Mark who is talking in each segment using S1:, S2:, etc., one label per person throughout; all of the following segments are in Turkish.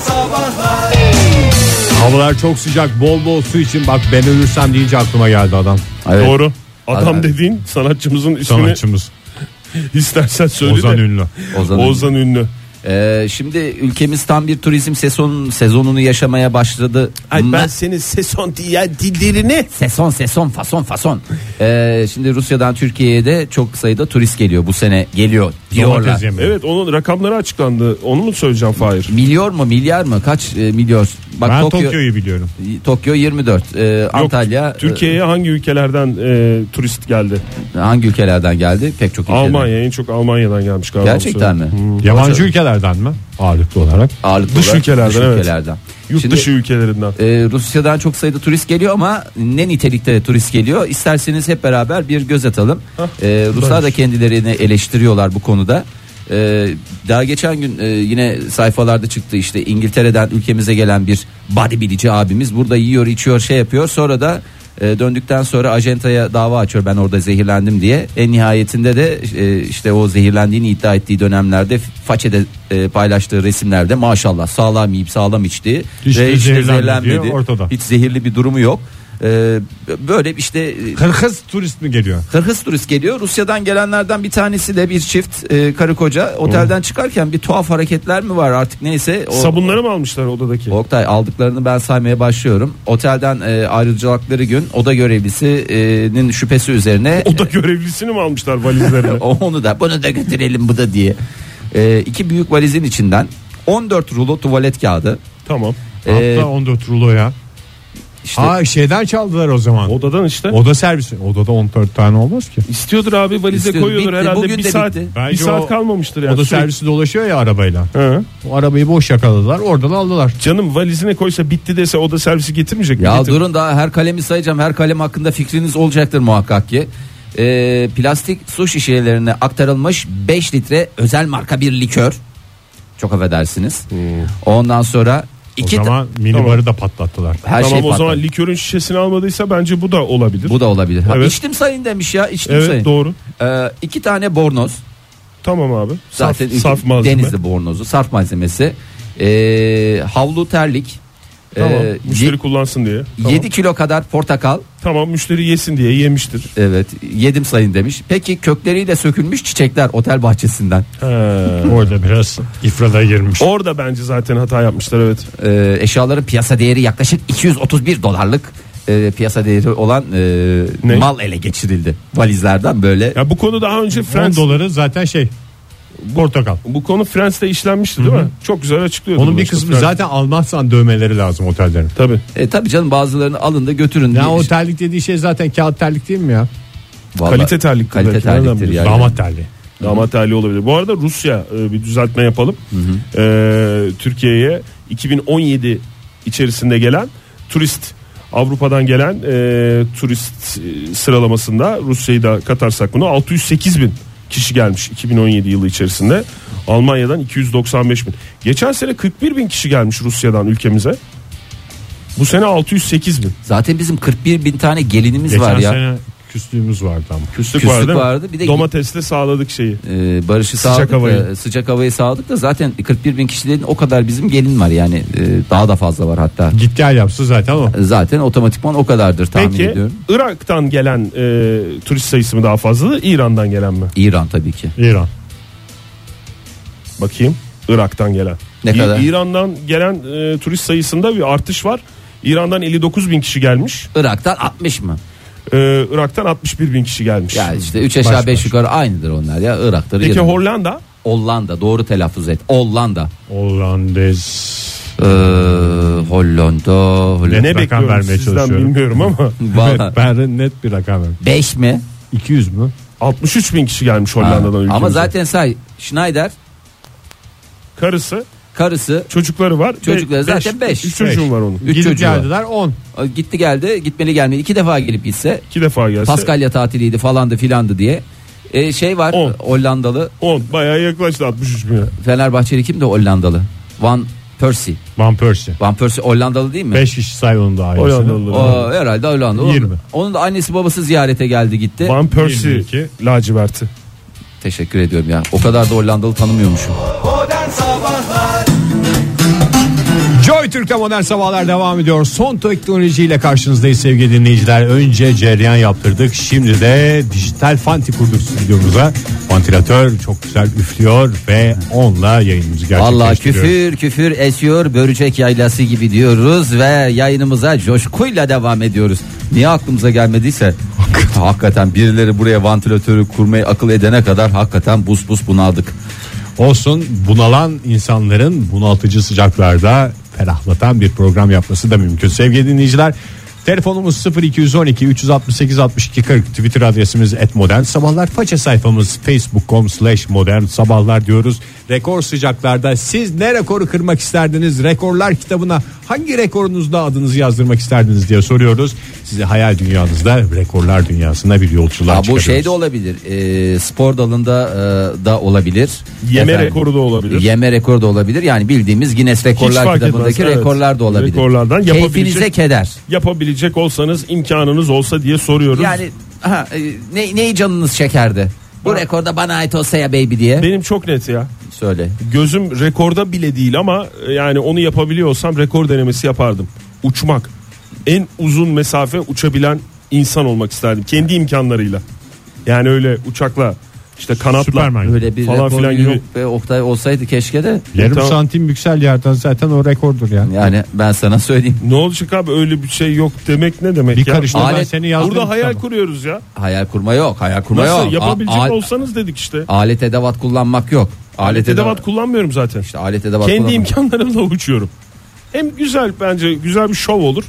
S1: sabahlar
S2: Havalar çok sıcak bol bol su için bak ben ölürsem deyince aklıma geldi adam.
S3: Evet.
S4: Doğru. Adam
S3: Adam.
S4: dediğin sanatçımızın ismini
S2: Sanatçımız
S4: istersen söyle
S2: Ozan
S4: de.
S2: Ünlü.
S3: Ozan Ünlü.
S4: Ozan Ünlü.
S3: Ee, şimdi ülkemiz tam bir turizm sezon sezonunu yaşamaya başladı.
S4: Ay ben
S3: Ma-
S4: senin seson diye dillerini
S3: Seson seson fason fason. Ee, şimdi Rusya'dan Türkiye'ye de çok sayıda turist geliyor bu sene geliyor diyorlar.
S2: Domates yemeği.
S4: Evet onun rakamları açıklandı. Onu mu söyleyeceğim Fahir?
S3: Milyar mı milyar mı kaç e, milyar? Bak
S2: Ben
S3: Tokyo, Tokyo
S2: Tokyo'yu biliyorum.
S3: 24, e, Antalya
S4: Türkiye'ye hangi ülkelerden e, turist geldi?
S3: e, hangi ülkelerden geldi? Pek çok ülkeden.
S4: Almanya en çok Almanya'dan gelmiş galiba.
S3: Gerçekten mi?
S2: Yabancı
S3: Hocam.
S2: ülkelerden mi? Ağırlıklı olarak.
S3: Ağırlıklı
S4: Dış
S3: olarak
S4: ülkelerden,
S3: dış
S4: evet.
S3: ülkelerden.
S4: Yurt
S3: Şimdi,
S4: dışı ülkelerinden.
S3: e, Rusya'dan çok sayıda turist geliyor ama ne nitelikte turist geliyor? İsterseniz hep beraber bir göz atalım. E, Ruslar da kendilerini eleştiriyorlar bu konuda. E, daha geçen gün e, yine sayfalarda çıktı işte İngiltere'den ülkemize gelen bir bodybuilci abimiz burada yiyor içiyor şey yapıyor sonra da e, döndükten sonra ajentaya dava açıyor ben orada zehirlendim diye. En nihayetinde de e, işte o zehirlendiğini iddia ettiği dönemlerde façede e, paylaştığı resimlerde maşallah sağlam yiyip sağlam içtiği
S2: Hiç
S3: ve
S2: de
S3: hiç de
S2: zehirlenmedi
S3: zehirlenmedi.
S2: diyor, ortada.
S3: Hiç zehirli bir durumu yok. Ee, böyle işte e,
S2: Kırgız turist mi geliyor?
S3: Kırgız turist geliyor. Rusya'dan gelenlerden bir tanesi de bir çift e, karı koca otelden çıkarken bir tuhaf hareketler mi var artık neyse. O,
S4: Sabunları mı almışlar odadaki?
S3: Oktay aldıklarını ben saymaya başlıyorum. Otelden e, ayrılacakları gün oda görevlisinin şüphesi üzerine
S4: Oda görevlisini mi almışlar valizlerine?
S3: O- Onu da bunu da götürelim bu da diye. Ee, iki büyük valizin içinden 14 rulo tuvalet kağıdı.
S4: tamam.
S3: Ee,
S2: Hatta 14 rulo ya.
S3: İşte
S2: Aa şeyden çaldılar o zaman.
S4: Odadan işte.
S2: Oda servisi. Odada 14 tane olmaz ki.
S4: İstiyordur abi valize
S3: İstiyordur.
S4: koyuyordur
S3: Bitti.
S4: herhalde
S3: Bugün
S4: bir
S3: de
S4: saat,
S3: bitti.
S4: bir
S2: Bence
S4: saat
S2: o-
S4: kalmamıştır yani.
S2: Oda
S4: Sürekli-
S2: servisi dolaşıyor ya arabayla.
S4: Hı.
S2: O arabayı boş yakaladılar. Oradan aldılar.
S4: Canım valizine koysa bitti dese oda servisi getirmeyecek mi?
S3: ya
S4: Getir.
S3: durun daha her kalemi sayacağım. Her kalem hakkında fikriniz olacaktır muhakkak ki. Ee, plastik su şişelerine aktarılmış 5 litre özel marka bir likör. Çok affedersiniz.
S4: Hmm.
S3: Ondan sonra
S2: O
S3: iki ta-
S2: zaman minibarı da patlattılar.
S3: her
S4: tamam
S3: şey
S4: o zaman
S3: patladı.
S4: likörün şişesini almadıysa bence bu da olabilir.
S3: Bu da olabilir. Ha,
S4: Evet.
S3: içtim sayın demiş ya içtim
S4: evet
S3: sayın.
S4: doğru.
S3: Ee, iki tane bornoz.
S4: Tamam abi. Saf,
S3: Zaten
S4: saf
S3: ülke-
S4: malzeme.
S3: denizli bornozu sarf malzemesi Ee, havlu terlik
S4: Tamam.
S3: Ee,
S4: müşteri
S3: ye-
S4: kullansın diye. Tamam.
S3: 7 kilo kadar portakal
S4: Tamam müşteri yesin diye yemiştir.
S3: evet yedim sayın demiş peki kökleriyle sökülmüş çiçekler otel bahçesinden
S4: He.
S2: Orada biraz ifrada girmiş.
S4: Orada bence zaten hata yapmışlar evet.
S3: Ee, eşyaların piyasa değeri yaklaşık 231 dolarlık ee, piyasa değeri olan ee,
S4: Ne?
S3: mal ele geçirildi valizlerden böyle
S4: Ya bu konu daha önce
S2: 10
S4: Friends
S2: doları zaten şey. Portakal.
S4: bu konu Friends'te işlenmişti değil mi? Çok güzel açıklıyordu.
S2: Onun
S4: bunu
S2: bir
S4: işte
S2: kısmı
S4: Friends.
S2: zaten almazsan dövmeleri lazım otellerin.
S4: Tabii.
S3: e, tabii canım bazılarını alın da götürün
S2: Ya
S3: diye.
S2: o terlik dediği şey zaten kağıt terlik değil mi ya?
S3: Vallahi-
S4: kalite terlik
S3: kalite
S4: belki, nereden
S3: terliktir
S4: biliyorsun?
S3: yani.
S2: Damat terliği.
S4: Damat hali olabilir. Bu arada Rusya e, bir düzeltme yapalım. E, Türkiye'ye 2017 içerisinde gelen turist Avrupa'dan gelen e, turist e, sıralamasında Rusya'yı da katarsak bunu 608 bin kişi gelmiş 2017 yılı içerisinde. Almanya'dan 295 bin. Geçen sene 41 bin kişi gelmiş Rusya'dan ülkemize. Bu sene 608 bin.
S3: zaten bizim 41 bin tane gelinimiz
S2: Geçen
S3: var ya
S2: sene küslüğümüz vardı ama.
S4: Küslük,
S3: Küslük
S4: vardı, değil mi?
S3: vardı. Bir de-
S4: Domatesle sağladık şeyi.
S3: Ee, barışı
S4: Sıcak
S3: sağladık
S4: havayı.
S3: da, sıcak havayı sağladık da zaten 41 bin kişilerin o kadar bizim gelin var yani e, daha da fazla var hatta
S2: Git gel yapsın zaten o.
S3: zaten otomatikman o kadardır tahmin
S4: Peki
S3: ediyorum.
S4: Irak'tan gelen e, turist sayısı mı daha fazla İran'dan gelen mi?
S3: İran tabii ki.
S2: İran.
S4: Bakayım Irak'tan gelen.
S3: Ne
S4: İ-
S3: kadar?
S4: İran'dan gelen e, turist sayısında bir artış var. İran'dan 59 bin kişi gelmiş.
S3: Irak'tan 60 mı?
S4: E, Irak'tan 61 bin kişi gelmiş.
S3: Ya işte 3 aşağı
S2: Baş
S3: 5
S2: baş.
S3: yukarı aynıdır onlar ya Irak'tır.
S4: Hmm. Peki
S3: ya da-
S4: Hollanda?
S3: Hollanda doğru telaffuz et. Hollanda.
S2: Hollandez.
S3: Ee, Hollanda. Hollanda.
S2: Net
S4: ne
S2: rakam
S4: bekliyorum
S2: vermeye
S4: sizden
S2: çalışıyorum.
S4: bilmiyorum ama.
S3: Vallahi
S2: ben de net bir rakam verdim.
S3: 5 mi?
S2: 200 mü?
S4: 63 bin kişi gelmiş
S3: Ha,
S4: Hollanda'dan ülkemize.
S3: Ama zaten say Schneider
S4: Karısı,
S3: karısı
S4: çocukları var. Be-
S3: Çocukları zaten beş.
S4: Üç çocuğum var onun.
S3: Üç
S2: Gidip
S3: çocuğu var.
S2: geldiler 10.
S3: gitti geldi gitmeli gelmedi iki defa gelip gitse
S4: İki defa gelse.
S3: Paskalya tatiliydi falandı filandı diye. Ee, şey var
S4: On.
S3: Hollandalı
S4: 10 bayağı yaklaştı 63 bine.
S3: Fenerbahçeli kim de Hollandalı? Van Persie.
S2: Van Persie.
S3: Van Persie Hollandalı değil mi?
S2: 5 kişi say onun da ailesini.
S4: Hollandalı.
S3: O, herhalde Hollandalı. Onun-
S2: Yirmi.
S3: Onun da annesi babası ziyarete geldi gitti.
S4: Van Persie
S2: 22.
S4: laciverti.
S3: Teşekkür ediyorum ya. O kadar da Hollandalı tanımıyormuşum.
S1: Modern Sabahlar
S2: Türk'te modern sabahlar devam ediyor. Son teknolojiyle karşınızdayız sevgili dinleyiciler. Önce cereyan yaptırdık. Şimdi de dijital fanti kurduk stüdyomuza. Vantilatör çok güzel üflüyor ve onunla yayınımızı gerçekleştiriyoruz.
S3: Vallahi küfür küfür esiyor börecek yaylası gibi diyoruz ve yayınımıza coşkuyla devam ediyoruz. Niye aklımıza gelmediyse hakikaten birileri buraya vantilatörü kurmayı akıl edene kadar hakikaten bus bus bunaldık.
S2: Olsun bunalan insanların bunaltıcı sıcaklarda ferahlatan bir program yapması da mümkün. Sevgili dinleyiciler telefonumuz 0212 368 62 40 Twitter adresimiz et modern sabahlar faça sayfamız facebook.com slash modern sabahlar diyoruz. Rekor sıcaklarda siz ne rekoru kırmak isterdiniz rekorlar kitabına hangi rekorunuzda adınızı yazdırmak isterdiniz diye soruyoruz. Sizi hayal dünyanızda rekorlar dünyasına bir yolculuğa
S3: Ha, bu
S2: çıkarıyoruz.
S3: şey de olabilir. e, spor dalında e, da olabilir.
S4: Yeme
S3: Efendim,
S4: rekoru da olabilir.
S3: Yeme rekoru da olabilir. Yani bildiğimiz Guinness Rekorlar
S4: fark
S3: kitabındaki
S4: etmez, evet.
S3: rekorlar da olabilir.
S4: Rekorlardan yapabilecek-
S3: Keyfinize keder.
S4: Yapabilecek olsanız imkanınız olsa diye soruyoruz.
S3: Yani ha, e, ne, neyi canınız çekerdi? Bu rekorda bana ait olsa ya baby diye.
S4: Benim çok net ya.
S3: Söyle.
S4: Gözüm rekorda bile değil ama e, yani onu yapabiliyorsam rekor denemesi yapardım. Uçmak. En uzun mesafe uçabilen insan olmak isterdim. Kendi imkanlarıyla. Yani öyle uçakla işte kanatla.
S2: Süpermen.
S3: Öyle bir
S4: Falan
S3: rekor
S4: filan
S3: yok
S4: gibi.
S3: be Oktay olsaydı keşke de.
S2: Yarım
S4: Tamam.
S2: santim yüksel yerden zaten o rekordur ya.
S3: Yani ben sana söyleyeyim.
S4: Ne olacak abi öyle bir şey yok demek ne demek
S2: Bir
S4: ya?
S2: karıştı ben
S3: Alet-
S2: seni yazdım.
S4: Burada hayal
S2: kitabı.
S4: kuruyoruz ya.
S3: Hayal kurma yok. Hayal kurma
S4: Nasıl
S3: yok.
S4: yapabilecek
S3: A- a-
S4: olsanız dedik işte.
S3: alet edevat kullanmak yok. Alet edevat
S4: Edevat kullanmıyorum zaten.
S3: işte alet edevat
S4: Kendi
S3: kullanmak.
S4: imkanlarımla uçuyorum. Hem güzel bence güzel bir şov olur.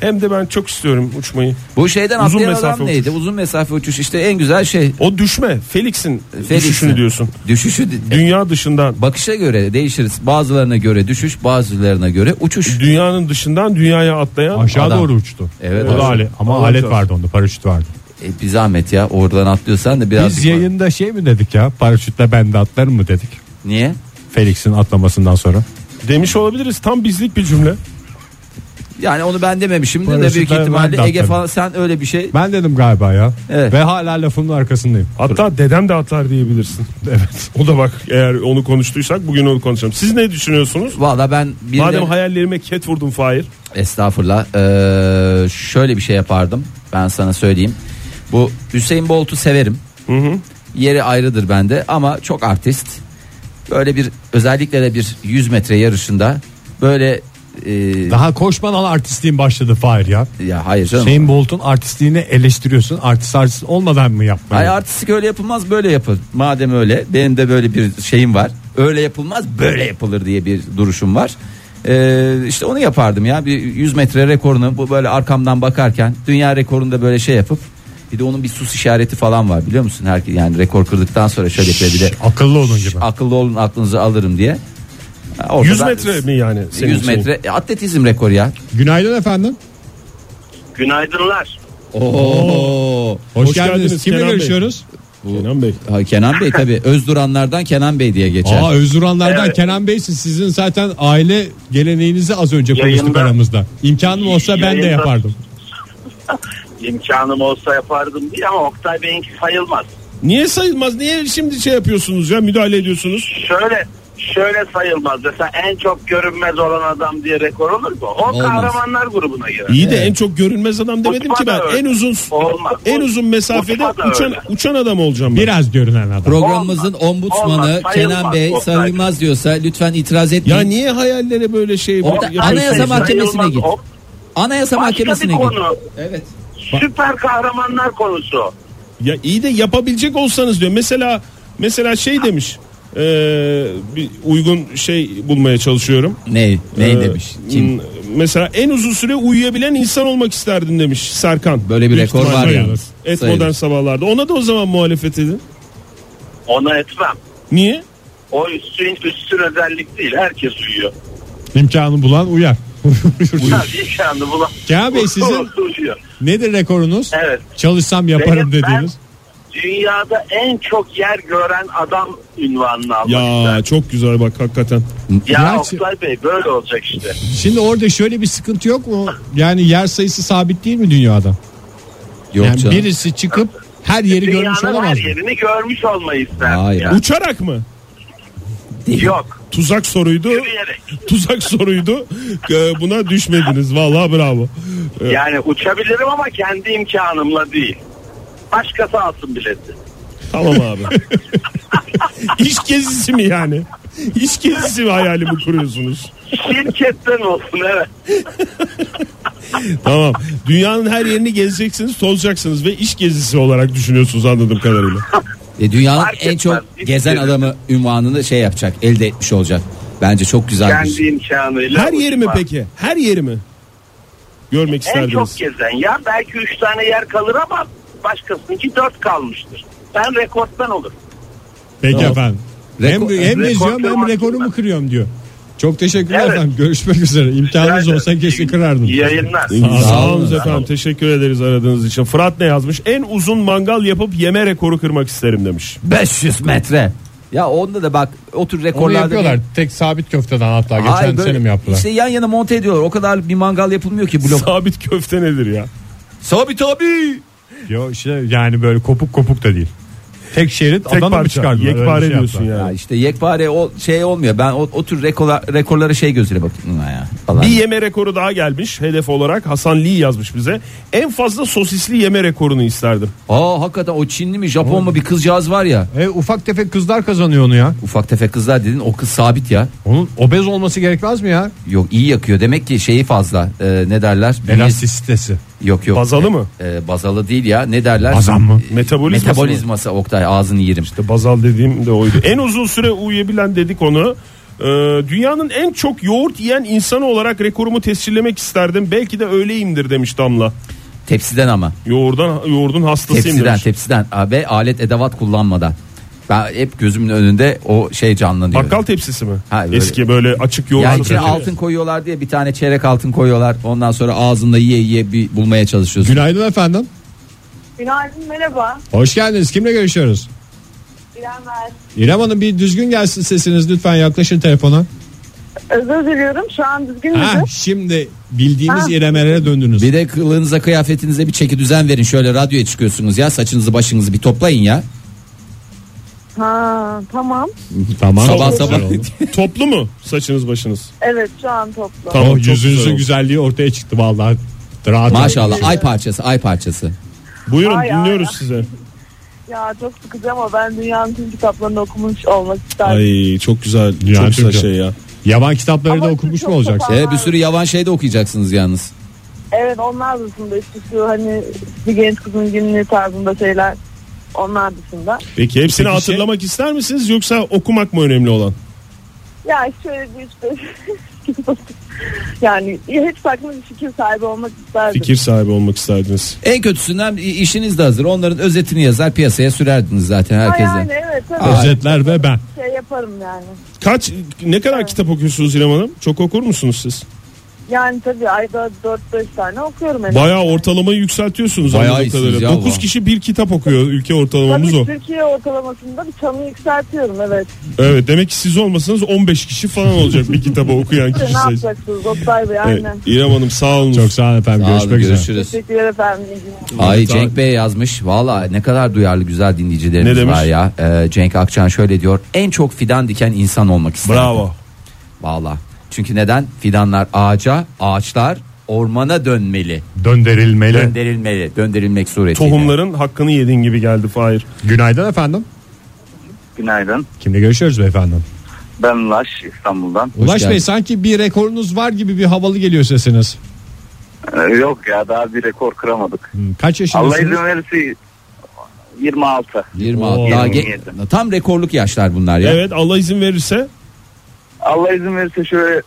S4: Hem de ben çok istiyorum uçmayı.
S3: Bu şeyden
S4: Uzun
S3: atlayan
S4: mesafe
S3: adam neydi? Uzun mesafe uçuş işte en güzel şey.
S4: O düşme Felix'in
S3: Felix'in.
S4: düşüşünü diyorsun.
S3: Düşüşü
S4: Dünya dışından
S3: bakışa göre değişiriz. Bazılarına göre düşüş, bazılarına göre uçuş.
S4: dünyanın dışından dünyaya atlayan
S2: Aşağı
S3: Adam.
S2: doğru uçtu.
S3: Evet,
S2: O da
S3: evet.
S2: ale- ama
S4: Allah
S2: alet
S4: razı
S2: vardı onda paraşüt vardı.
S3: E, bir zahmet ya oradan atlıyorsan da biraz.
S2: Biz yayında şey mi dedik ya paraşütle ben de atlarım mı dedik.
S3: Niye?
S2: Felix'in atlamasından sonra.
S4: demiş olabiliriz. Tam bizlik bir cümle.
S3: Yani onu ben dememişim de,
S2: Barış'ı
S3: büyük
S2: da ben de
S3: ihtimalle Ege
S2: atlarım.
S3: falan sen öyle bir şey.
S2: Ben dedim galiba ya.
S3: Evet.
S2: Ve hala lafımın arkasındayım.
S4: Hatta dedem de atlar diyebilirsin. Evet. O da bak eğer onu konuştuysak bugün onu konuşalım. Siz ne düşünüyorsunuz?
S3: Valla ben bir
S4: Madem
S3: de-
S4: hayallerime ket vurdum Fahir.
S3: Estağfurullah. Ee, şöyle bir şey yapardım. Ben sana söyleyeyim. Bu Hüseyin Bolt'u severim. Yeri ayrıdır bende ama çok artist. Böyle bir özellikle de bir 100 metre yarışında böyle e,
S2: Daha koşmadan artistliğin başladı Fahir ya.
S3: ya hayır canım.
S2: Hüseyin Bolt'un artistliğini eleştiriyorsun. Artist artist olmadan mı yapmayı?
S3: Hayır artistik öyle yapılmaz böyle yapılır. Madem öyle benim de böyle bir şeyim var. Öyle yapılmaz böyle yapılır diye bir duruşum var. Ee, işte onu yapardım ya bir 100 metre rekorunu bu böyle arkamdan bakarken dünya rekorunda böyle şey yapıp bir de onun bir sus işareti falan var biliyor musun? Herkes yani rekor kırdıktan sonra şöyle yapıyor bir de
S2: Şş, akıllı olun gibi.
S3: akıllı olun aklınızı alırım diye. Ha, orada
S4: 100
S3: ben-
S4: metre mi yani? senin
S3: 100
S4: şeyin?
S3: metre e, atletizm rekoru ya.
S2: Günaydın efendim.
S1: Günaydınlar.
S3: Oo.
S2: Hoş, geldiniz.
S4: Hoş geldiniz
S2: Kimle
S4: Kenan Bey.
S2: görüşüyoruz?
S4: Kenan Bey.
S3: Ha, Kenan Bey tabii özduranlardan Kenan Bey diye geçer.
S2: Aa Özduranlardan
S1: Evet.
S2: Kenan Bey'sin. Sizin zaten aile geleneğinizi az önce konuştuk
S1: Yayında-
S2: aramızda. İmkanım olsa ben de
S1: Yayında-
S2: yapardım.
S1: İmkanım olsa yapardım diye ama Oktay Bey'inki sayılmaz.
S4: Niye sayılmaz? Niye şimdi şey yapıyorsunuz ya müdahale ediyorsunuz?
S1: Şöyle şöyle sayılmaz. Mesela en çok görünmez olan adam diye rekor olur mu? O
S3: Olmaz.
S1: kahramanlar grubuna girer.
S4: İyi de en çok görünmez adam demedim ki
S1: Uçma
S4: ben.
S1: da öyle.
S4: En uzun
S1: Olmaz.
S4: en uzun mesafede
S1: Uçma da
S4: uçan
S1: öyle.
S4: uçan adam olacağım ben.
S2: Biraz görünen adam.
S3: Programımızın
S1: Olmaz.
S3: ombudsmanı
S1: Olmaz.
S3: Kenan
S1: Sayılmaz.
S3: Bey
S1: Oktay.
S3: sayılmaz diyorsa lütfen itiraz
S4: Ya
S3: etmeyin.
S4: niye hayallere böyle şey
S3: Orada
S4: yapıyorsunuz?
S3: anayasa
S1: Sayılmaz.
S3: mahkemesine git.
S1: O-
S3: Anayasa
S1: Başka bir
S3: Mahkemesi'ne git.
S1: konu.
S3: Evet.
S1: Süper kahramanlar konusu.
S4: Ya iyi de yapabilecek olsanız diyor. Mesela mesela şey demiş. eee, bir uygun şey bulmaya çalışıyorum.
S3: Ne ne
S4: Eee,
S3: demiş? Kim?
S4: m- Mesela en uzun süre uyuyabilen insan olmak isterdim demiş Serkan.
S3: Böyle bir
S4: Büyük
S3: rekor
S4: ihtimalle
S3: var yalnız.
S4: Et
S3: Sayılır.
S4: modern sabahlarda. Ona da o zaman muhalefet edin.
S1: Ona etmem.
S4: Niye?
S1: O üstün, üstün özellik değil. Herkes uyuyor.
S2: İmkanı bulan uyar.
S1: Ha, imkanı bulan.
S2: Kenan Bey, sizin-
S1: Uyuyor.
S2: Nedir rekorunuz?
S1: Evet.
S2: Çalışsam yaparım
S1: Benim-
S2: dediğiniz.
S1: Ben dünyada en çok yer gören adam ünvanını almak
S4: Ya
S1: isterdim.
S4: çok güzel bak hakikaten.
S1: Ya
S2: Gerçi-
S1: Oktay Bey böyle olacak işte.
S2: Şimdi orada şöyle bir sıkıntı yok mu? Yani yer sayısı sabit değil mi dünyada?
S3: Yok
S2: yani
S3: canım.
S2: birisi çıkıp her yeri görmüş
S1: Dünyanın
S2: olamaz
S1: her
S2: mı?
S1: yerini görmüş olmayı isterdim.
S3: Hayır.
S1: ya.
S4: Uçarak mı?
S1: Yok.
S4: tuzak soruydu.
S1: Yürüyerek.
S4: tuzak soruydu. Ee, Buna düşmediniz. Vallahi bravo. Ee,
S1: Yani uçabilirim ama kendi imkanımla değil. Başkası alsın bileti.
S4: Tamam abi. İş gezisi mi yani? İş gezisi mi hayalimi kuruyorsunuz?
S1: Şirketten olsun evet.
S4: Tamam. Dünyanın her yerini gezeceksiniz, tozacaksınız ve iş gezisi olarak düşünüyorsunuz anladığım kadarıyla.
S3: E, dünyanın
S1: Fark
S3: en
S1: etmez.
S3: çok
S1: Hiç
S3: gezen
S1: gerek
S3: adamı ünvanını şey yapacak, elde etmiş olacak. Bence çok güzel bir şey.
S1: Kendi imkanıyla.
S4: Her yeri mi
S1: uçmak.
S4: peki? Her yeri mi? Görmek
S1: En çok
S4: isterdiniz.
S1: gezen ya belki 3 tane yer kalır ama başkasınınki 4 kalmıştır. Ben rekorttan olur.
S2: Peki
S3: Tamam.
S2: efendim. hem
S3: Reko-
S2: hem
S1: rekor
S2: geziyorum hem
S1: kırmak
S2: rekorumu
S1: istiyorum.
S2: kırıyorum diyor. Çok teşekkürler
S1: Evet.
S2: efendim. Görüşmek üzere. İmkanınız olsa kesin kırardım.
S1: İyi yayınlar.
S4: Sağ olun,
S3: Sağ olun
S4: efendim. Teşekkür ederiz aradığınız için. Fırat ne yazmış? En uzun mangal yapıp yeme rekoru kırmak isterim demiş.
S3: 500 metre. Ya onda da bak o tür
S2: Onu
S3: rekorlarda
S2: yapıyorlar. Tek sabit köfteden hatta geçen
S3: Hayır, böyle
S2: sene mi yaptılar?
S3: İşte yan yana monte ediyorlar. O kadar bir mangal yapılmıyor ki blok.
S4: Sabit köfte nedir ya?
S3: Sabit abi.
S2: Yo işte yani böyle kopuk kopuk da değil. Tek şerit
S4: Tek
S2: Adana mı
S4: parça.
S2: çıkardılar? Öyle bir
S4: Yekpare
S2: şey
S4: diyorsun
S2: yaptılar.
S3: Ya
S4: yani.
S3: işte yekpare o şey olmuyor. Ben o, o tür rekorlar, rekorlara şey gözüyle bakıyorum "Ulan ya. Falan.
S4: Bir yeme rekoru daha gelmiş hedef olarak. Hasan Lee yazmış bize. En fazla sosisli yeme rekorunu isterdim.
S3: Aa hakikaten o Çinli mi Japon mu bir kızcağız var ya.
S2: E, ufak tefek kızlar kazanıyor onu ya.
S3: Ufak tefek kızlar dedin o kız sabit ya.
S2: Onun obez olması gerekmez mi ya?
S3: Yok iyi yakıyor. Demek ki şeyi fazla. Ee, ne derler? Bünyesi-
S2: Elastisitesi.
S3: Yok yok.
S4: Bazalı mı?
S3: Ee, bazalı değil ya. Ne derler?
S2: Bazan mı?
S3: Ee,
S4: Metabolizması mı?
S3: Metabolizması Oktay ağzını yerim.
S4: İşte bazal dediğim de oydu. en uzun süre uyuyabilen dedik onu. Ee, dünyanın en çok yoğurt yiyen insanı olarak rekorumu tescillemek isterdim. Belki de öyleyimdir demiş Damla.
S3: Tepsiden ama.
S4: Yoğurdan, yoğurdun hastasıyım
S3: Tepsiden
S4: demiş.
S3: tepsiden Aa, ve alet edevat kullanmadan. Ben hep gözümün önünde o şey canlanıyor.
S4: Bakkal tepsisi mi?
S3: Ha, böyle.
S4: Eski böyle açık yoğurt.
S3: ya
S4: satıyor.
S3: içine altın koyuyorlar diye bir tane çeyrek altın koyuyorlar. Ondan sonra ağzında yiye yiye bir bulmaya çalışıyorsun.
S2: Günaydın efendim.
S5: Günaydın merhaba.
S2: Hoş geldiniz. Kimle görüşüyoruz?
S5: İrem ben.
S2: İrem Hanım bir düzgün gelsin sesiniz lütfen yaklaşın telefona.
S5: Özür diliyorum şu an düzgün
S2: Ha,
S5: müdür?
S2: şimdi bildiğimiz
S5: Ha.
S2: İremelere döndünüz.
S3: Bir de kılığınıza kıyafetinize bir çeki düzen verin. Şöyle radyoya çıkıyorsunuz ya saçınızı başınızı bir toplayın ya.
S5: Ha tamam.
S2: tamam.
S3: sabah
S2: Çok
S3: sabah.
S2: güzel oldu.
S4: Toplu mu saçınız başınız?
S5: Evet şu an toplu.
S4: Tamam,
S2: Oh,
S4: çok
S2: yüzünüzün
S4: güzel oldu.
S2: güzelliği ortaya çıktı vallahi. Rahat olun.
S3: Maşallah ay parçası ay parçası.
S4: Buyurun
S5: Ay, ay,
S4: dinliyoruz
S5: ay.
S4: size.
S5: Ya çok sıkıcı ama ben dünyanın tüm kitaplarını okumuş olmak isterdim.
S4: Ay çok güzel.
S2: Dünya
S4: çok güzel
S2: Türkçe.
S4: şey ya.
S2: Yaban kitapları
S5: Ama
S2: da
S5: siz
S2: okumuş
S5: çok
S2: mu olacaksın?
S5: kafa-
S3: E, bir sürü yavan şey de okuyacaksınız yalnız.
S5: Evet onlar dışında işte şu hani bir genç kızın günlüğü tarzında şeyler onlar dışında.
S4: Peki hepsini
S2: Peki şey-
S4: hatırlamak ister misiniz yoksa okumak mı önemli olan?
S5: Ya şöyle bir işte yani hep saklı bir fikir sahibi olmak isterdim.
S4: Fikir sahibi olmak isterdiniz.
S3: En kötüsünden i- işiniz de hazır. Onların özetini yazar piyasaya sürerdiniz zaten
S5: Ha,
S3: herkese.
S5: yani evet evet.
S2: Özetler ve ben.
S5: Şey yaparım yani.
S4: Kaç ne kadar kitap okuyorsunuz İrem Hanım? Çok okur musunuz siz?
S5: Yani tabii ayda 4-5 tane okuyorum. en
S4: Bayağı
S5: azından.
S4: ortalamayı yükseltiyorsunuz
S3: Bayağı
S4: anladığım
S3: iyisiniz
S4: kadarıyla.
S3: ya
S4: 9
S3: Allah.
S4: kişi bir kitap okuyor ülke ortalamamız
S5: Tabii
S4: o.
S5: Türkiye ortalamasında bir çanı yükseltiyorum evet.
S4: Evet demek ki siz olmasanız 15 kişi falan olacak bir kitabı okuyan kişi
S5: Ne
S4: sayısı.
S5: yapacaksınız Oktay Bey
S4: Evet,
S5: aynen.
S4: İrem Hanım sağ olun.
S2: Çok sağ olun efendim.
S3: Sağ olun,
S2: Görüşmek üzere.
S3: görüşürüz.
S5: Teşekkürler efendim. iyi günler.
S3: Ay
S4: Evet,
S3: Cenk
S4: abi.
S3: Bey yazmış. Valla ne kadar duyarlı güzel dinleyicilerimiz
S4: Ne demiş?
S3: var ya. Ee, Cenk Akçan şöyle diyor. En çok fidan diken insan olmak ister.
S4: Bravo.
S3: Valla. Çünkü neden? Fidanlar ağaca, ağaçlar ormana dönmeli.
S2: Döndürülmeli.
S3: Döndürülmeli. Döndürülmek suretiyle.
S4: Tohumların hakkını yediğin gibi geldi Fahir.
S2: Günaydın efendim.
S1: Günaydın.
S2: Kimle görüşüyoruz beyefendi?
S1: Ben Laş İstanbul'dan.
S3: Hoş
S2: Ulaş Bey
S3: geldin.
S2: sanki bir rekorunuz var gibi bir havalı geliyor sesiniz.
S1: Ee, yok ya daha bir rekor kıramadık.
S2: Hmm, Kaç
S1: Allah
S2: yaşındasınız?
S1: izin verirse 26.
S3: 26.
S2: Oo.
S3: Daha ge-
S1: 27.
S3: tam rekorluk yaşlar bunlar ya.
S4: Evet Allah izin verirse
S1: Allah izin verirse şöyle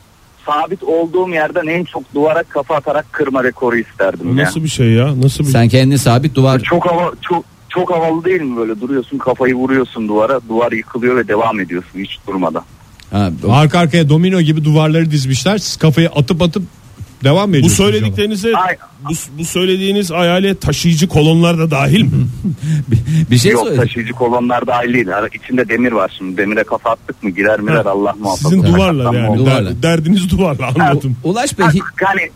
S1: sabit olduğum yerden en çok duvara kafa atarak kırma rekoru isterdim ya.
S4: nasıl bir şey ya? Nasıl bir
S3: Sen kendini sabit duvar
S1: Çok hava çok çok havalı değil mi böyle duruyorsun kafayı vuruyorsun duvara duvar yıkılıyor ve devam ediyorsun hiç durmadan.
S3: Ha,
S4: Ah.
S3: o-
S2: Arka arkaya domino gibi duvarları dizmişler. Siz kafayı atıp atıp devam mı
S4: bu
S2: ediyorsunuz?
S4: söylediklerinize
S1: Ay-
S4: bu, bu söylediğiniz hayale taşıyıcı kolonlar da dahil mi?
S3: bir şey
S1: Yok
S3: söyle.
S1: taşıyıcı kolonlar dahil değil. Ara- İçinde demir var şimdi. Demire kafa attık mı girer mirer Allah muhafaza.
S4: Sizin duvarla
S1: Sakatlanma
S4: yani.
S1: olur.
S3: Duvarla.
S4: Der- derdiniz duvarla anladım.
S3: Ulaş Bey hi-
S1: Yani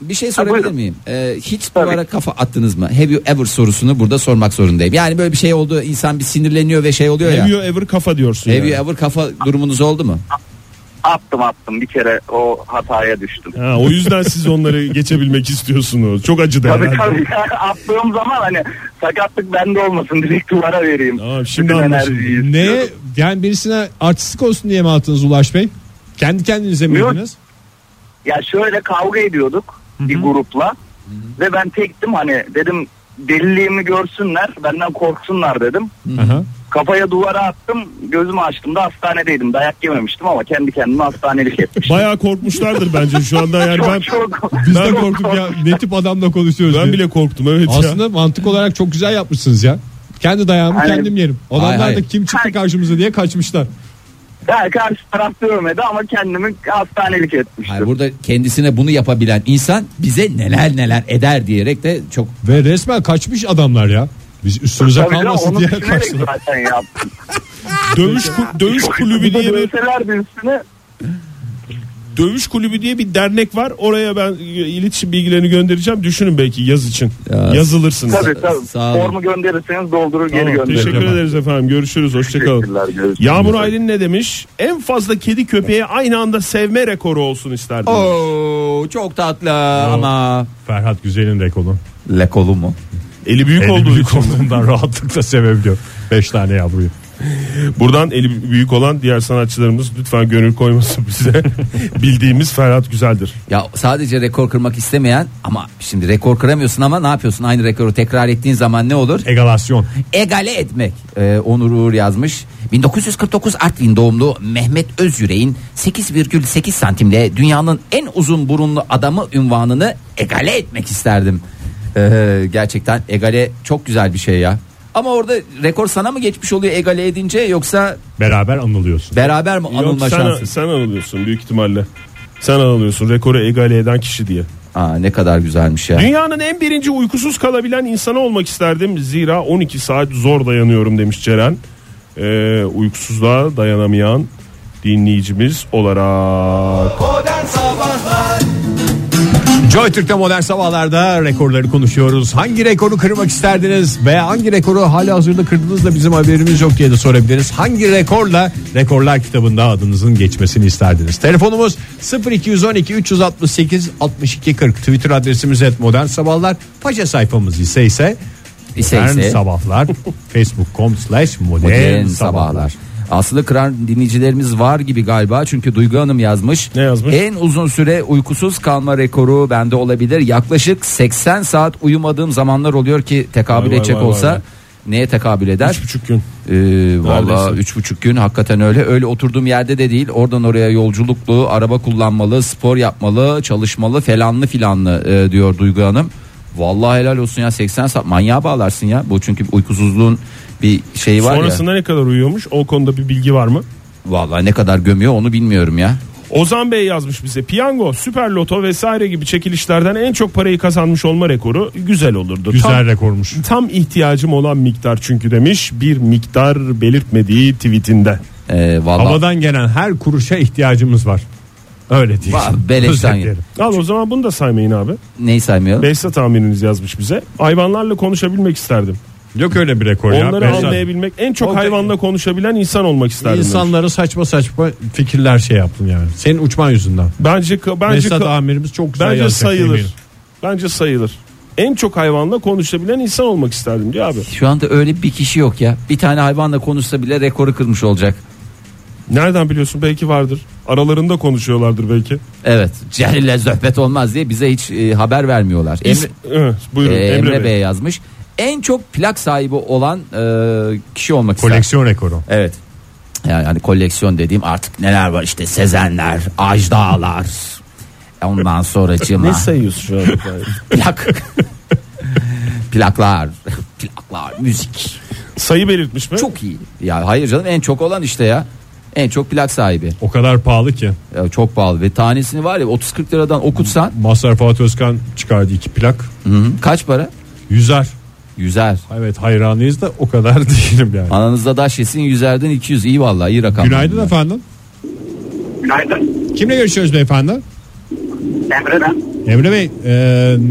S3: bir şey sorabilir
S1: Ah. buyurun.
S3: miyim? Ee, hiç
S1: Tabii.
S3: duvara kafa attınız mı? Have you ever sorusunu burada sormak zorundayım. Yani böyle bir şey oldu insan bir sinirleniyor ve şey oluyor ya.
S4: Have you ever kafa diyorsun
S3: Have
S4: yani.
S3: you ever kafa durumunuz oldu mu?
S1: Attım attım bir kere o hataya düştüm.
S4: Ha, o yüzden siz onları geçebilmek istiyorsunuz. Çok acı da
S1: Tabii
S4: herhalde.
S1: tabii attığım zaman hani sakatlık bende olmasın direkt duvara vereyim.
S4: Tamam, şimdi
S1: Bütün
S4: anlaşıldı.
S1: enerjiyi
S2: Ne?
S1: istiyorum.
S2: Yani birisine artistik olsun diye mi attınız Ulaş Bey? Kendi kendinize mi
S1: Yok.
S2: yediniz?
S1: Ya şöyle kavga ediyorduk bir grupla ve ben tektim hani dedim deliliğimi görsünler benden korksunlar dedim.
S2: Aha.
S1: Kafaya duvara attım gözümü açtım da hastanedeydim dayak yememiştim ama kendi kendime hastanelik etmiştim.
S4: Bayağı korkmuşlardır bence şu anda yani ben
S1: çok,
S2: Biz de
S1: çok
S2: korktuk ya. Ne tip adamla konuşuyoruz
S4: ben
S2: diye.
S4: bile korktum evet ya.
S2: Aslında mantık olarak çok güzel yapmışsınız ya. Kendi dayağımı
S1: Hayır.
S2: kendim yerim. Adamlar
S3: Hayır, hayır.
S2: da kim çıktı
S1: Hayır.
S2: karşımıza diye kaçmışlar.
S1: Ya karşı taraf dövmedi ama kendimi hastanelik etmiştim.
S3: Hayır, burada kendisine bunu yapabilen insan bize neler neler eder diyerek de çok
S2: Ve resmen kaçmış adamlar ya. Biz üstümüze
S1: Tabii canım,
S2: kalmasın
S1: onu
S2: diye
S1: düşünerek
S2: kaçtılar.
S1: zaten yaptım.
S4: Dövüş ku- dövüş kulübü
S1: Bir de
S4: diye bir
S1: dövselerdi üstüne
S4: dövüş kulübü diye bir dernek var. Oraya ben e, iletişim bilgilerini göndereceğim. Düşünün belki yaz için. Yazılırsınız.
S1: Tabii tabii.
S3: Sağ olun.
S1: Formu gönderirseniz doldurur geri
S4: Tamam,
S1: gönderirim.
S4: teşekkür ederiz efendim. Görüşürüz. Hoşçakalın.
S1: Teşekkürler, görüşürüz.
S4: Yağmur Aylin ne demiş? En fazla kedi köpeği aynı anda sevme rekoru olsun isterdim.
S3: Oo, çok tatlı ama
S2: Ferhat Güzel'in rekoru.
S3: lekolu mu?
S4: Eli büyük
S2: Eli
S4: olduğu
S2: büyük
S4: için.
S2: olduğundan rahatlıkla sevebiliyor. 5 tane yavruyu.
S4: Buradan eli büyük olan diğer sanatçılarımız lütfen gönül koymasın bize. Bildiğimiz Ferhat Güzel'dir.
S3: Ya sadece rekor kırmak istemeyen ama şimdi rekor kıramıyorsun ama ne yapıyorsun? Aynı rekoru tekrar ettiğin zaman ne olur?
S2: Egalasyon.
S3: egale etmek. Ee, Onur Uğur yazmış. 1949 Artvin doğumlu Mehmet Özyüreğin 8,8 santimle dünyanın en uzun burunlu adamı ünvanını egale etmek isterdim. Ee, gerçekten egale çok güzel bir şey ya. Ama orada rekor sana mı geçmiş oluyor egale edince yoksa
S2: Beraber anılıyorsun.
S3: beraber mi
S4: Yok,
S3: anılma
S4: sen,
S3: şansı?
S4: sen alıyorsun büyük ihtimalle. Sen alıyorsun rekoru egale eden kişi diye.
S3: Aa, ne kadar güzelmiş ya.
S4: Dünyanın en birinci uykusuz kalabilen insanı olmak isterdim. Zira 12 saat zor dayanıyorum demiş Ceren. Ee, uykusuzluğa dayanamayan dinleyicimiz olarak.
S2: Joy Türk'te modern sabahlarda rekorları konuşuyoruz. Hangi rekoru kırmak isterdiniz ve hangi rekoru hali hazırda kırdınız da bizim haberimiz yok diye de sorabiliriz. Hangi rekorla rekorlar kitabında adınızın geçmesini isterdiniz? Telefonumuz 0212 368 62 40 Twitter adresimiz et modern sabahlar. Faça sayfamız ise ise
S3: İse
S2: modern
S3: ise.
S2: sabahlar facebook.com slash modern
S3: Modern
S2: sabahlar.
S3: sabahlar. Aslı kıran dinleyicilerimiz var gibi galiba çünkü Duygu Hanım yazmış.
S4: Ne yazmış?
S3: En uzun süre uykusuz kalma rekoru bende olabilir. Yaklaşık 80 saat uyumadığım zamanlar oluyor ki tekabül
S4: Vay vay
S3: edecek
S4: vay vay
S3: olsa
S4: vay.
S3: neye tekabül eder?
S4: 3,5 gün.
S3: Ee, Valla
S4: Neredeyse.
S3: üç buçuk gün hakikaten öyle. Öyle oturduğum yerde de değil. Oradan oraya yolculuklu, araba kullanmalı, spor yapmalı, çalışmalı falanlı filanlı e, diyor Duygu Hanım. Vallahi helal olsun ya 80 saat manyağa bağlarsın ya. Bu çünkü uykusuzluğun bir şeyi E, var ya.
S4: Sonrasında ne kadar uyuyormuş? O konuda bir bilgi var mı?
S3: Vallahi ne kadar gömüyor onu bilmiyorum ya.
S4: Ozan Bey yazmış bize piyango, süper loto vesaire gibi çekilişlerden en çok parayı kazanmış olma rekoru güzel olurdu.
S2: Güzel
S4: Tam,
S2: rekormuş.
S4: tam ihtiyacım olan miktar çünkü demiş bir miktar belirtmediği tweetinde.
S3: Ee, vallahi
S2: Havadan gelen her kuruşa ihtiyacımız var. Öyle değil.
S3: Va- beleşten
S2: Özetleyelim.
S4: Al o zaman bunu da saymayın abi.
S3: neyi saymıyorum?
S4: Behzat tahmininiz yazmış bize. Hayvanlarla konuşabilmek isterdim.
S2: Yok öyle bir rekor ya.
S4: Onları
S2: Beleşten.
S4: anlayabilmek en çok
S2: Orada-
S4: hayvanla konuşabilen insan olmak isterdim. demiş.
S2: İnsanlara saçma saçma fikirler şey yaptın yani. Senin uçman yüzünden.
S4: Bence ka- bence
S2: Mesut
S4: ka-
S2: amirimiz çok güzel
S4: bence
S2: yazacak,
S4: sayılır.
S2: eminim.
S4: Bence sayılır. En çok hayvanla konuşabilen insan olmak isterdim diyor abi.
S3: Şu anda öyle bir kişi yok ya. Bir tane hayvanla konuşsa bile rekoru kırmış olacak.
S4: Nereden biliyorsun? Belki vardır. Aralarında konuşuyorlardır belki.
S3: Evet. Celil'le sohbet olmaz diye bize hiç e, haber vermiyorlar.
S4: Biz-
S3: Emre,
S4: Evet, buyurun
S3: e,
S4: Ee, Emre, Bey.
S3: yazmış. En çok plak sahibi olan e, kişi olmak ister.
S2: Koleksiyon rekoru.
S3: Evet. Yani, hani koleksiyon dediğim artık neler var işte Sezenler, Ajdağlar. Ondan sonra
S4: Ne sayıyorsun şu an?
S3: plak. plaklar, plaklar, müzik.
S4: Sayı belirtmiş mi?
S3: Çok iyi. Ya hayır canım en çok olan işte ya. En çok plak sahibi.
S2: O kadar pahalı ki.
S3: Ya çok pahalı ve tanesini var ya 30-40 liradan okutsan
S2: Mazhar Fuat Özkan çıkardı iki plak.
S3: hı hı, kaç para?
S2: Yüzer.
S3: Yüzer.
S2: Evet hayranıyız da o kadar değilim yani.
S3: Ananızda daş yesin yüzerden 200 iyi vallahi iyi rakam.
S2: Günaydın efendim.
S1: Günaydın.
S2: Kimle görüşüyoruz beyefendi?
S1: Emre ben.
S2: Emre Bey e,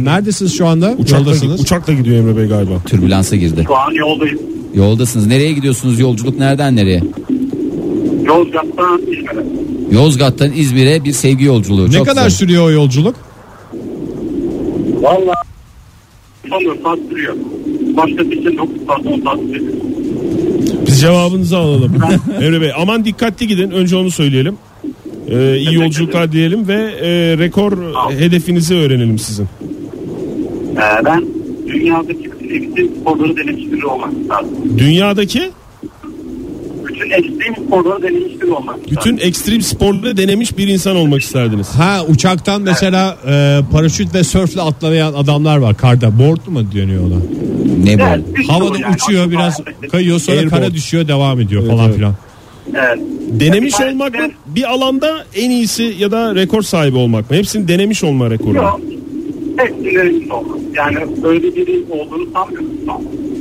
S2: neredesiniz şu anda?
S4: Uçakla,
S2: Yoldasınız.
S4: uçakla gidiyor Emre Bey galiba.
S3: Türbülansa girdi.
S1: Şu an yoldayım.
S3: Yoldasınız. Nereye gidiyorsunuz? Yolculuk nereden nereye?
S1: Yozgat'tan İzmir'e.
S3: Yozgat'tan İzmir'e bir sevgi yolculuğu.
S2: Ne
S3: Çok
S2: kadar
S3: güzel.
S2: sürüyor o yolculuk?
S6: Valla sanırım saat sürüyor. Başta bizim 9 şey saat 10 saat sürüyor.
S4: Biz cevabınızı alalım. Emre Bey aman dikkatli gidin. Önce onu söyleyelim. Ee, iyi yolculuklar diyelim ve e, rekor hedefinizi öğrenelim sizin.
S6: Ee, ben dünyadaki bütün sporları denemiştir olmak lazım.
S4: Dünyadaki
S6: Bütün ekstrem sporları denemiştir olmak lazım.
S4: bütün ekstrem sporları denemiş bir insan olmak isterdiniz.
S2: Ha uçaktan mesela e, paraşüt ve sörfle atlayan adamlar var karda. Board mu dönüyor ona?
S3: Ne bu?
S6: Evet, üç
S2: Havada
S6: yol yani. şey
S2: uçuyor biraz kayıyor sonra
S4: Airboard.
S2: kara düşüyor devam ediyor falan
S4: evet.
S2: filan.
S6: Evet.
S4: Denemiş
S6: Yani
S4: olmak mı?
S6: ben-
S4: Bir alanda en iyisi ya da rekor sahibi olmak mı? Hepsini denemiş olma rekoru. mu?
S6: Yok. Hepsinin önünde olmak. Yani öyle biri olduğunu sanmıyorum.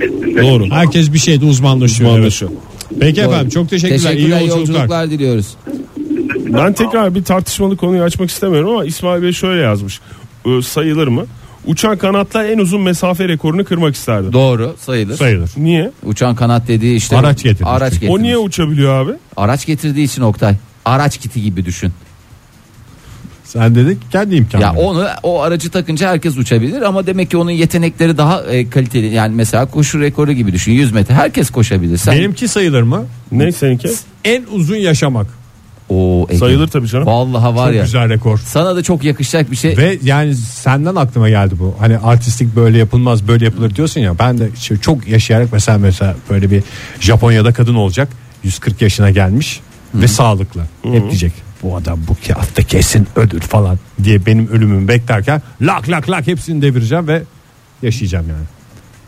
S6: Hepsinin
S4: Doğru.
S6: önünde olmak.
S2: Herkes bir şeyde uzmanlaşıyor.
S4: Uzmanlaşıyor.
S2: evet. Peki efendim çok teşekkürler.
S3: Teşekkürler,
S2: iyi
S3: iyi
S2: yolculuklar.
S3: yolculuklar diliyoruz.
S4: Ben tekrar bir tartışmalı konuyu açmak istemiyorum ama İsmail Bey şöyle yazmış. Ee, sayılır mı? Uçan kanatla en uzun mesafe rekorunu kırmak isterdim.
S3: Doğru sayılır.
S2: Sayılır.
S4: Niye?
S3: Uçan kanat dediği işte.
S2: Araç getirmiş.
S3: Araç
S2: O
S3: getirmiş.
S4: O niye uçabiliyor abi?
S3: Araç getirdiği için Oktay. Araç kiti gibi düşün.
S2: Sen dedik kendi imkanı.
S3: Ya onu o aracı takınca herkes uçabilir ama demek ki onun yetenekleri daha e, kaliteli. Yani mesela koşu rekoru gibi düşün. 100 metre herkes koşabilir. Sen
S2: Benimki sayılır mı?
S4: Ne seninki?
S2: En uzun yaşamak.
S3: Oo, Ege.
S4: Sayılır tabii canım.
S3: Vallahi var
S2: Çok
S3: ya.
S2: güzel rekor.
S3: Sana da çok yakışacak bir şey.
S2: Ve yani senden aklıma geldi bu. Hani artistik böyle yapılmaz böyle yapılır diyorsun ya. Ben de işte çok yaşayarak mesela mesela böyle bir Japonya'da kadın olacak. 140 yaşına gelmiş ve sağlıklı. Hep diyecek bu adam bu kağıtta kesin ödül falan diye benim ölümümü beklerken lak lak lak hepsini devireceğim ve yaşayacağım yani.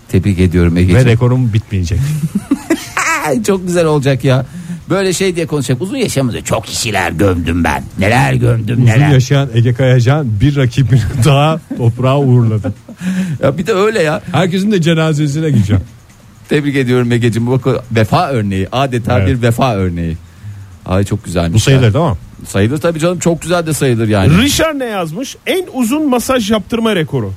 S3: Tebrik ediyorum
S2: Ve
S3: Ege'ciğim.
S2: rekorum bitmeyecek.
S3: Ay, çok güzel olacak ya. Böyle şey diye konuşacak. Uzun yaşamızı çok kişiler gömdüm ben. Neler gömdüm
S2: Uzun
S3: neler.
S2: yaşayan Ege Kayacan bir rakibini daha toprağa uğurladı.
S3: Ya bir de öyle ya.
S2: Herkesin de cenazesine gideceğim.
S3: Tebrik ediyorum Ege'cim. Bak o vefa örneği. Adeta
S2: Evet.
S3: bir vefa örneği. Ay çok güzelmiş.
S2: Bu
S3: ya.
S2: sayılır değil mi?
S3: Sayılır tabii canım. Çok güzel de sayılır yani.
S4: Richard ne yazmış? En uzun masaj yaptırma rekoru.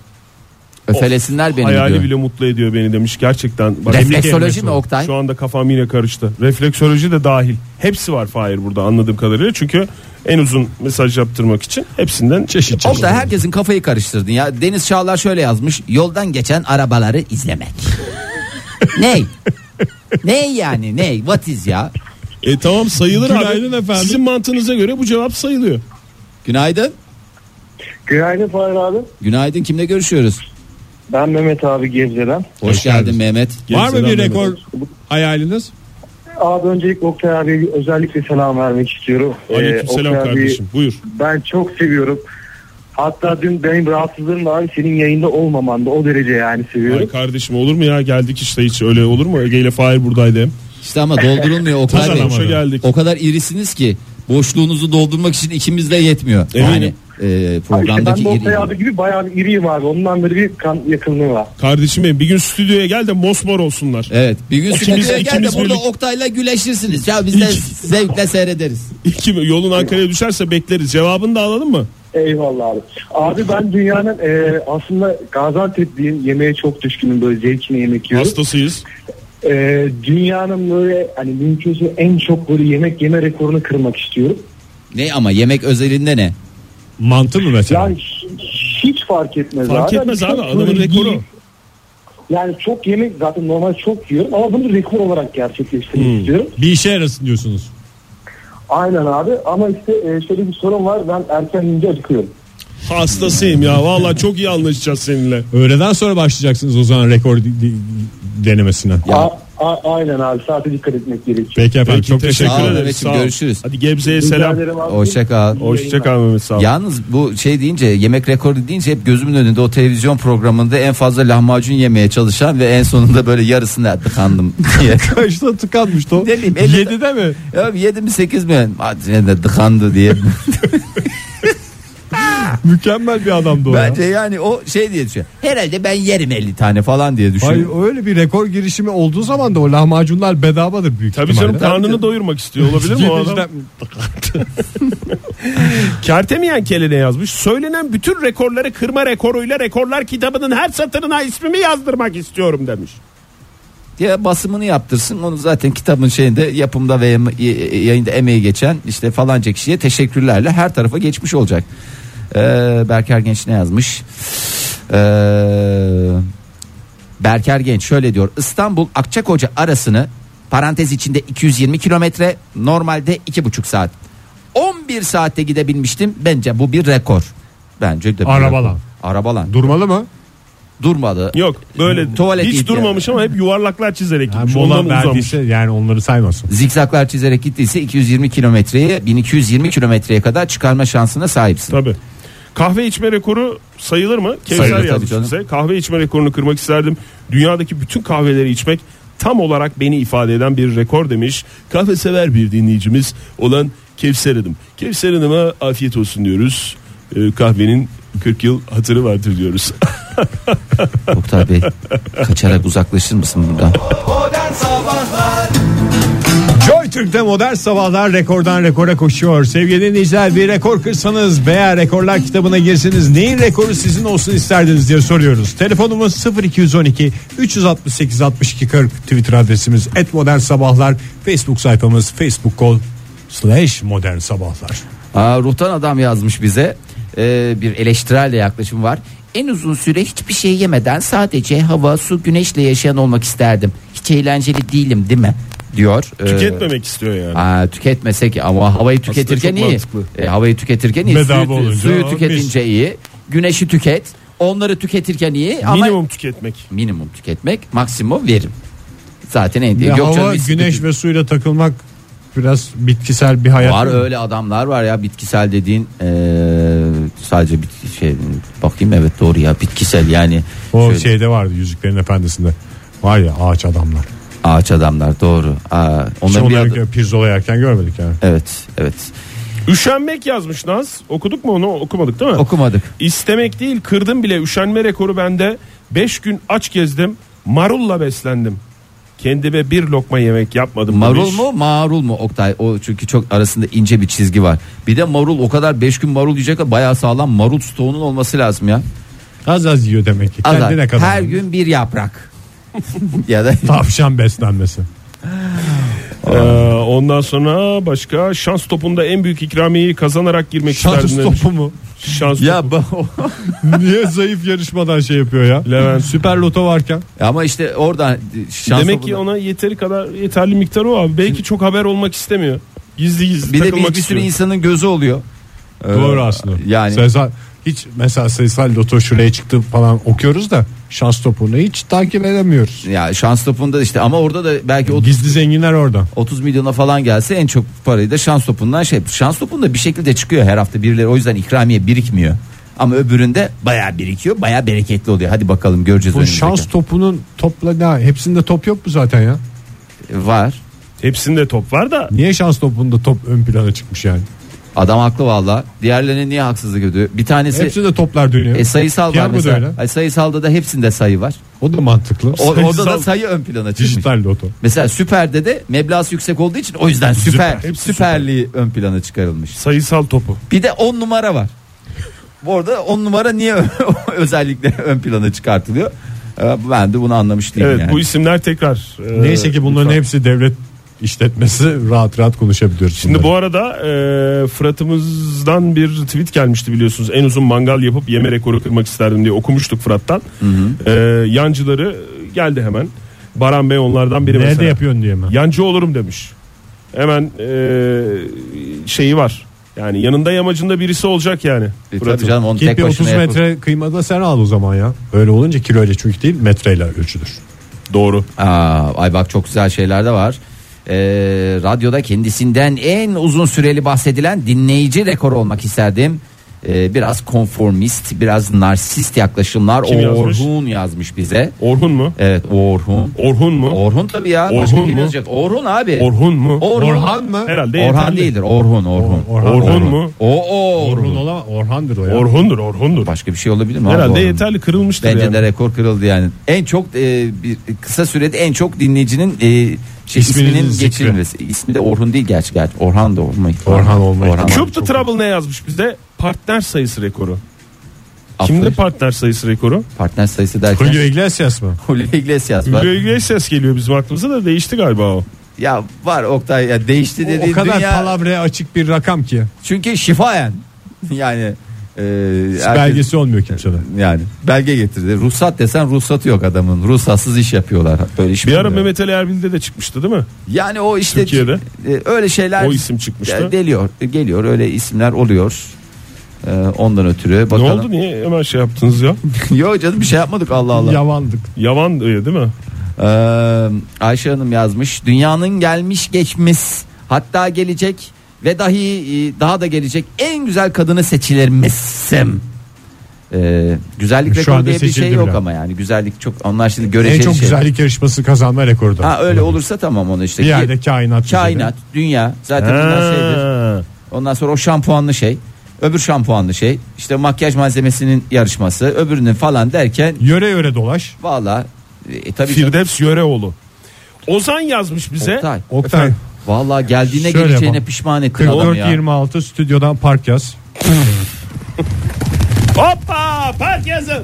S3: Öfelesinler beni
S4: Hayali
S3: diyor.
S4: bile mutlu ediyor beni demiş. Gerçekten. Bak,
S3: Refleksoloji mi Oktay?
S4: Şu anda kafam yine karıştı. Refleksoloji de dahil. Hepsi var Fahir burada anladığım kadarıyla. Çünkü en uzun mesaj yaptırmak için hepsinden çeşit çeşit.
S3: Oktay herkesin kafayı karıştırdın ya. Deniz Çağlar şöyle yazmış. Yoldan geçen arabaları izlemek. ney? ney yani? Ney? What is ya?
S4: E tamam sayılır
S2: Günaydın
S4: abi.
S2: efendim.
S4: Sizin mantığınıza göre bu cevap sayılıyor.
S3: Günaydın.
S1: Günaydın Fahir abi.
S3: Günaydın. Kimle görüşüyoruz?
S1: Ben Mehmet abi Gebze'den.
S3: Hoş, geldin, Mehmet.
S2: Var mı bir
S4: Gebze'den
S2: rekor hayaliniz?
S1: Abi öncelikle Oktay abi özellikle selam vermek istiyorum.
S4: Ee, Aleykümselam
S1: Oktay abi
S4: kardeşim. Buyur.
S1: ben çok seviyorum. Hatta dün benim rahatsızlığım da abi senin yayında olmamanda o derece yani
S4: Ay
S1: seviyorum.
S4: kardeşim olur mu ya geldik işte hiç öyle olur mu? Ege ile Fahir buradaydı hem.
S3: İşte ama doldurulmuyor Oktay Bey.
S4: Kazanamadım. geldik.
S3: O kadar irisiniz ki boşluğunuzu doldurmak için ikimiz de yetmiyor.
S4: Eminim.
S3: Yani e,
S1: Abi işte ben
S3: programdaki
S1: de Oktay
S3: iri-
S1: abi gibi bayağı bir iriyim abi. Ondan beri bir kan yakınlığı var.
S4: Kardeşim benim bir gün stüdyoya gel de mosmor olsunlar.
S3: Evet bir gün
S4: İkimiz-
S3: stüdyoya gel de
S4: ikimiz
S3: burada
S4: birlik-
S3: Oktay'la güleşirsiniz. Ya biz de zevkle seyrederiz.
S4: İki, yolun Ankara'ya düşerse bekleriz. Cevabını da alalım mı?
S1: Eyvallah abi. Abi ben dünyanın e, aslında Gaziantep'liyim. Yemeğe çok düşkünüm böyle zevkine yemek yiyorum.
S4: Hastasıyız.
S1: E, dünyanın böyle hani mümkünse en çok böyle yemek yeme rekorunu kırmak istiyorum.
S3: Ne ama yemek özelinde ne?
S2: Mantı mı mesela?
S1: Yani hi- hiç fark etmez
S4: Fark
S1: abi.
S4: etmez
S1: Yani
S4: abi
S1: çok
S4: adamın
S1: böyle
S4: rekoru.
S1: yiyip- Yani çok yemek zaten normal çok yiyorum ama bunu rekor olarak gerçekleştirmek
S3: Hmm.
S1: istiyorum.
S2: Bir işe yarasın diyorsunuz.
S1: Aynen abi ama işte e, şöyle bir sorun var ben erken yiyince acıkıyorum.
S4: Hastasıyım ya. Valla çok iyi anlaşacağız seninle.
S2: Öğleden sonra başlayacaksınız o zaman rekor di- di- denemesine.
S1: A- a- aynen abi saate dikkat etmek gerekiyor.
S2: Peki efendim
S4: Peki,
S2: çok teşekkür
S3: Sağ ol
S2: ederim.
S4: ederiz.
S3: Mehmetciğim,
S4: Sağ ol.
S3: görüşürüz.
S4: Hadi Gebze'ye
S1: Rica
S4: selam.
S1: ederim abi.
S3: Hoşça kal.
S4: Hoşça kal Mehmet sağ ol.
S3: Yalnız bu şey deyince yemek rekoru deyince hep gözümün önünde o televizyon programında en fazla lahmacun yemeye çalışan ve en sonunda böyle yarısını tıkandım diye.
S2: Kaçta tıkanmıştı o?
S3: Ne bileyim, elli-
S2: Yedide mi?
S3: ya 7 mi 8 mi? Hadi ne de tıkandı diye.
S2: Mükemmel bir adamdı o ya.
S3: Bence yani o şey diye düşünüyor. Herhalde ben yerim 50 tane falan diye
S2: Ay,
S3: düşünüyor.
S2: öyle bir rekor girişimi olduğu zaman da o lahmacunlar bedavadır büyük
S4: Tabii
S2: ihtimalle.
S4: canım karnını doyurmak istiyor olabilir mi o adam?
S2: Yediciden-
S4: Kertemeyen Kelene yazmış. Söylenen bütün rekorları kırma rekoruyla rekorlar kitabının her satırına ismimi yazdırmak istiyorum demiş.
S3: diye basımını yaptırsın. Onu zaten kitabın şeyinde yapımda ve yayın- e, yayında emeği geçen işte falanca kişiye teşekkürlerle her tarafa geçmiş olacak. Ee, Berker Genç ne yazmış? Ee, Berker Genç şöyle diyor. İstanbul Akçakoca arasını parantez içinde 220 kilometre normalde 2,5 saat. 11 saatte gidebilmiştim. Bence bu bir rekor. Bence de bir
S2: Arabalan.
S3: rekor. Arabalan.
S2: Durmalı mı?
S3: Durmadı.
S4: Yok böyle
S3: Tuvalet
S4: hiç
S3: ihtiyacı.
S4: durmamış ama hep yuvarlaklar çizerek
S2: Yani
S4: gitmiş. Ondan
S2: mola
S4: uzamış.
S2: verdiyse şey, yani onları saymasın.
S3: Zikzaklar çizerek gittiyse 220 kilometreyi 1220 kilometreye kadar çıkarma şansına sahipsin.
S4: Tabii. Kahve içme rekoru sayılır mı?
S3: Sayılır
S4: Kevser
S3: tabii
S4: yazmış
S3: canım.
S4: size. Kahve içme rekorunu kırmak isterdim. Dünyadaki bütün kahveleri içmek tam olarak beni ifade eden bir rekor demiş. Kahve sever bir dinleyicimiz olan Kevser Hanım. Kevser Hanım'a afiyet olsun diyoruz. Ee, kahvenin 40 yıl hatırı vardır diyoruz.
S3: Oktay Bey kaçarak uzaklaşır mısın buradan?
S2: Joy Türk'te modern sabahlar rekordan rekora koşuyor. Sevgili dinleyiciler bir rekor kırsanız veya rekorlar kitabına girseniz neyin rekoru sizin olsun isterdiniz diye soruyoruz. Telefonumuz 0212 368 62 40 Twitter adresimiz et modern sabahlar Facebook sayfamız facebook.com slash modern sabahlar.
S3: Aa, ruhtan adam yazmış bize Ee, bir eleştirel de yaklaşım var. En uzun süre hiçbir şey yemeden sadece hava, su, güneşle yaşayan olmak isterdim. Hiç eğlenceli değilim değil mi? Diyor. Ee,
S4: Tüketmemek istiyor yani.
S3: Aa, tüketmesek ama havayı tüketirken
S4: çok
S3: iyi.
S4: mantıklı.
S3: E, havayı tüketirken iyi.
S2: Bedava
S3: suyu,
S2: olunca
S3: suyu
S2: mis.
S3: tüketince iyi. Güneşi tüket. Onları tüketirken iyi ama
S4: Minimum tüketmek.
S3: minimum tüketmek maksimum verim. Zaten en
S2: Ya
S3: Yok canım,
S2: hava,
S3: mis-
S2: güneş ve suyla takılmak biraz bitkisel bir hayat.
S3: var
S2: değil mi?
S3: öyle adamlar var ya bitkisel dediğin eee, sadece bitki şey bakayım evet doğru ya bitkisel yani
S2: O şey-
S3: şöyle-
S2: şeyde vardı Yüzüklerin Efendisi'nde. Var ya ağaç adamlar.
S3: ağaç adamlar doğru. Aa,
S2: Hiç
S3: onların bir
S2: onları
S3: adı-
S2: gö- pirzola yerken görmedik yani.
S3: evet evet
S4: Üşenmek yazmış Naz. Okuduk mu onu? Okumadık değil mi?
S3: okumadık.
S4: İstemek değil kırdım bile üşenme rekoru bende. 5 gün aç gezdim marulla beslendim. Kendime bir lokma yemek yapmadım
S3: Marul
S4: demiş.
S3: mu marul mu Oktay? O çünkü çok arasında ince bir çizgi var. Bir de marul o kadar 5 gün marul yiyecek kadar bayağı sağlam marul stoğunun olması lazım ya.
S2: Az az yiyor demek ki.
S3: Az-
S2: Kendine kadar.
S3: Her gün bir yaprak. ya da
S2: Tavşan beslenmesi.
S4: Ee, ondan sonra başka şans topunda en büyük ikramiyeyi kazanarak girmek
S2: Şans
S4: isterdim demiş.
S2: topu mu?
S4: Şans
S3: ya
S4: topu.
S3: ba-
S2: Niye zayıf yarışmadan şey yapıyor ya?
S4: Levent.
S2: Süper loto varken.
S3: ama işte oradan şans
S4: Demek
S3: topunda-
S4: ki ona yeteri kadar yeterli miktar o abi. Belki çok haber olmak istemiyor. Gizli gizli
S3: bir de bir,
S4: takılmak
S3: bir sürü
S4: istiyor.
S3: insanın gözü oluyor. Ee,
S2: Doğru aslında.
S3: Yani
S2: Sayısal- hiç mesela sayısal loto şuraya çıktı falan okuyoruz da şans topunu hiç takip edemiyoruz.
S3: ya şans topunda işte ama orada da belki o
S2: Gizli zenginler orada.
S3: 30 milyona falan gelse en çok parayı da şans topundan şey şans topunda bir şekilde çıkıyor her hafta birileri o yüzden ikramiye birikmiyor. Ama öbüründe bayağı birikiyor bayağı bereketli oluyor hadi bakalım göreceğiz.
S2: Bu
S3: önümüzdeki.
S2: şans topunun topla ne? Hepsinde top yok mu zaten ya?
S3: E, var
S4: Hepsinde top var da
S2: Niye şans topunda top ön plana çıkmış yani?
S3: adam haklı valla diğerlerine niye haksızlık ediyor bir tanesi
S2: Hepsinde toplar dönüyor.
S3: e, sayısal var
S2: Piyango da
S3: mesela
S2: öyle.
S3: Ay, sayısalda da hepsinde sayı var
S2: O da mantıklı.
S3: o, orada da
S4: Sayısal-
S3: sayı ön plana çıkmış.
S2: Dijital loto.
S3: Mesela süperde de meblası yüksek olduğu için o yüzden süper,
S4: Süper, hepsi
S3: süperliği ön plana çıkarılmış.
S4: sayısal topu.
S3: Bir de 10 numara var. Bu arada 10 numara niye özellikle ön plana çıkartılıyor? Ee, Ben de bunu anlamış değilim
S4: Evet
S3: yani.
S4: bu isimler tekrar. e,
S2: Neyse ki bunların hepsi devlet işletmesi rahat rahat konuşabiliyoruz.
S4: Şimdi
S2: bunları.
S4: bu arada e, Fırat'ımızdan bir tweet gelmişti biliyorsunuz. En uzun mangal yapıp yeme rekoru kırmak isterdim diye okumuştuk Fırat'tan. E, yancıları geldi hemen. Baran Bey onlardan biri
S2: nerede
S4: mesela.
S2: yapıyorsun diye mi?
S4: Yancı olurum demiş. Hemen e, şeyi var. Yani yanında yamacında birisi olacak yani.
S3: E, Tabii
S4: Fırat'ın.
S3: canım onu
S2: Git
S3: tek
S2: bir
S3: başına
S2: 30 metre kıyma da sen al o zaman ya. Öyle olunca kiloyla çünkü değil metreyle ölçülür.
S4: Doğru.
S3: yapın. Aa, ay bak çok güzel şeyler de var. Ee, radyoda kendisinden en uzun süreli bahsedilen dinleyici rekoru olmak isterdim. Ee, biraz konformist, biraz narsist yaklaşımlar.
S4: Kim yazmış?
S3: Orhun yazmış bize.
S4: Orhun mu?
S3: Evet Orhun.
S4: Orhun mu?
S3: Orhun tabii ya.
S4: Orhun
S3: Başka
S4: mu?
S3: kim yazacak? Orhun abi.
S4: Orhun mu?
S3: Orhun.
S2: Orhan mı?
S4: Herhalde
S3: Orhan
S4: yeterli.
S3: değildir. Orhun, Orhun.
S2: Orhan.
S4: Orhun mu?
S3: O o
S2: Orhun
S3: Orhun.
S2: olamaz. Orhan'dır o ya.
S4: Orhundur, Orhundur.
S3: Başka bir şey olabilir mi? abi
S4: Herhalde
S3: Orhun?
S4: yeterli kırılmıştır
S3: Bence
S4: yani.
S3: de rekor kırıldı yani. En çok e, bir kısa sürede en çok dinleyicinin e, şey,
S2: İsminin
S3: isminin
S2: zikri.
S3: geçirilmesi. İsmi de Orhun değil gerçi gerçi. Orhan da olmayı.
S2: Orhan olmayı.
S3: Orhan.
S4: Cube the Trouble ne yazmış bize? Partner sayısı rekoru. Kimde
S3: Aferin.
S4: partner sayısı rekoru?
S3: partner sayısı derken
S2: Julio Iglesias mı?
S3: Julio Iglesias var.
S4: Julio Iglesias geliyor bizim aklımıza da değişti galiba o.
S3: Ya var Oktay ya değişti
S2: O,
S3: dediğin
S2: o kadar
S3: dünya.
S2: palavraya açık bir rakam ki.
S3: Çünkü şifayen yani e, herkes-
S2: Belgesi olmuyor kimsede.
S3: yani belge getirdi. Ruhsat desen ruhsatı yok adamın. Ruhsatsız iş yapıyorlar. Böyle iş mi
S4: Bir ara
S3: olur?
S4: Mehmet Ali Erbil'de de çıkmıştı değil mi?
S3: Yani o işte
S4: Türkiye'de.
S3: e, öyle şeyler
S4: O isim çıkmıştı.
S3: e, geliyor geliyor öyle isimler oluyor. E, ondan ötürü bakalım.
S4: Ne oldu niye hemen şey yaptınız ya?
S3: Yok canım bir şey yapmadık Allah Allah.
S2: Yavandık.
S4: Yavan diye değil mi?
S3: Ee, Ayşe Hanım yazmış. Dünyanın gelmiş geçmiş hatta gelecek ve dahi e, daha da gelecek en güzel kadını seçilirmişsim. Ee, güzellik
S2: Şu
S3: rekoru
S2: anda
S3: diye bir şey
S2: seçildi
S3: yok
S2: bile.
S3: ama yani güzellik çok onlar şimdi
S2: En
S3: göreceli
S2: çok
S3: şey.
S2: güzellik yarışması kazanma rekoru da.
S3: Ha öyle olursa tamam onu işte.
S2: Bir
S3: Ki-
S2: yerde kainat. güzeli.
S3: kainat, dünya zaten bunlar şeydir.
S4: Ha.
S3: Ondan sonra o şampuanlı şey, öbür şampuanlı şey, işte makyaj malzemesinin yarışması, öbürünün falan derken
S2: Yöre yöre dolaş.
S3: valla e, tabii ki
S4: Firdevs Yöreoğlu. Ozan yazmış bize.
S3: Oktay.
S2: Oktay.
S3: Valla geldiğine
S2: Şöyle
S3: geleceğine
S2: yapalım.
S3: pişman ettin adamı ya.
S2: 44-26 stüdyodan park yaz.
S4: Hoppa park yazın.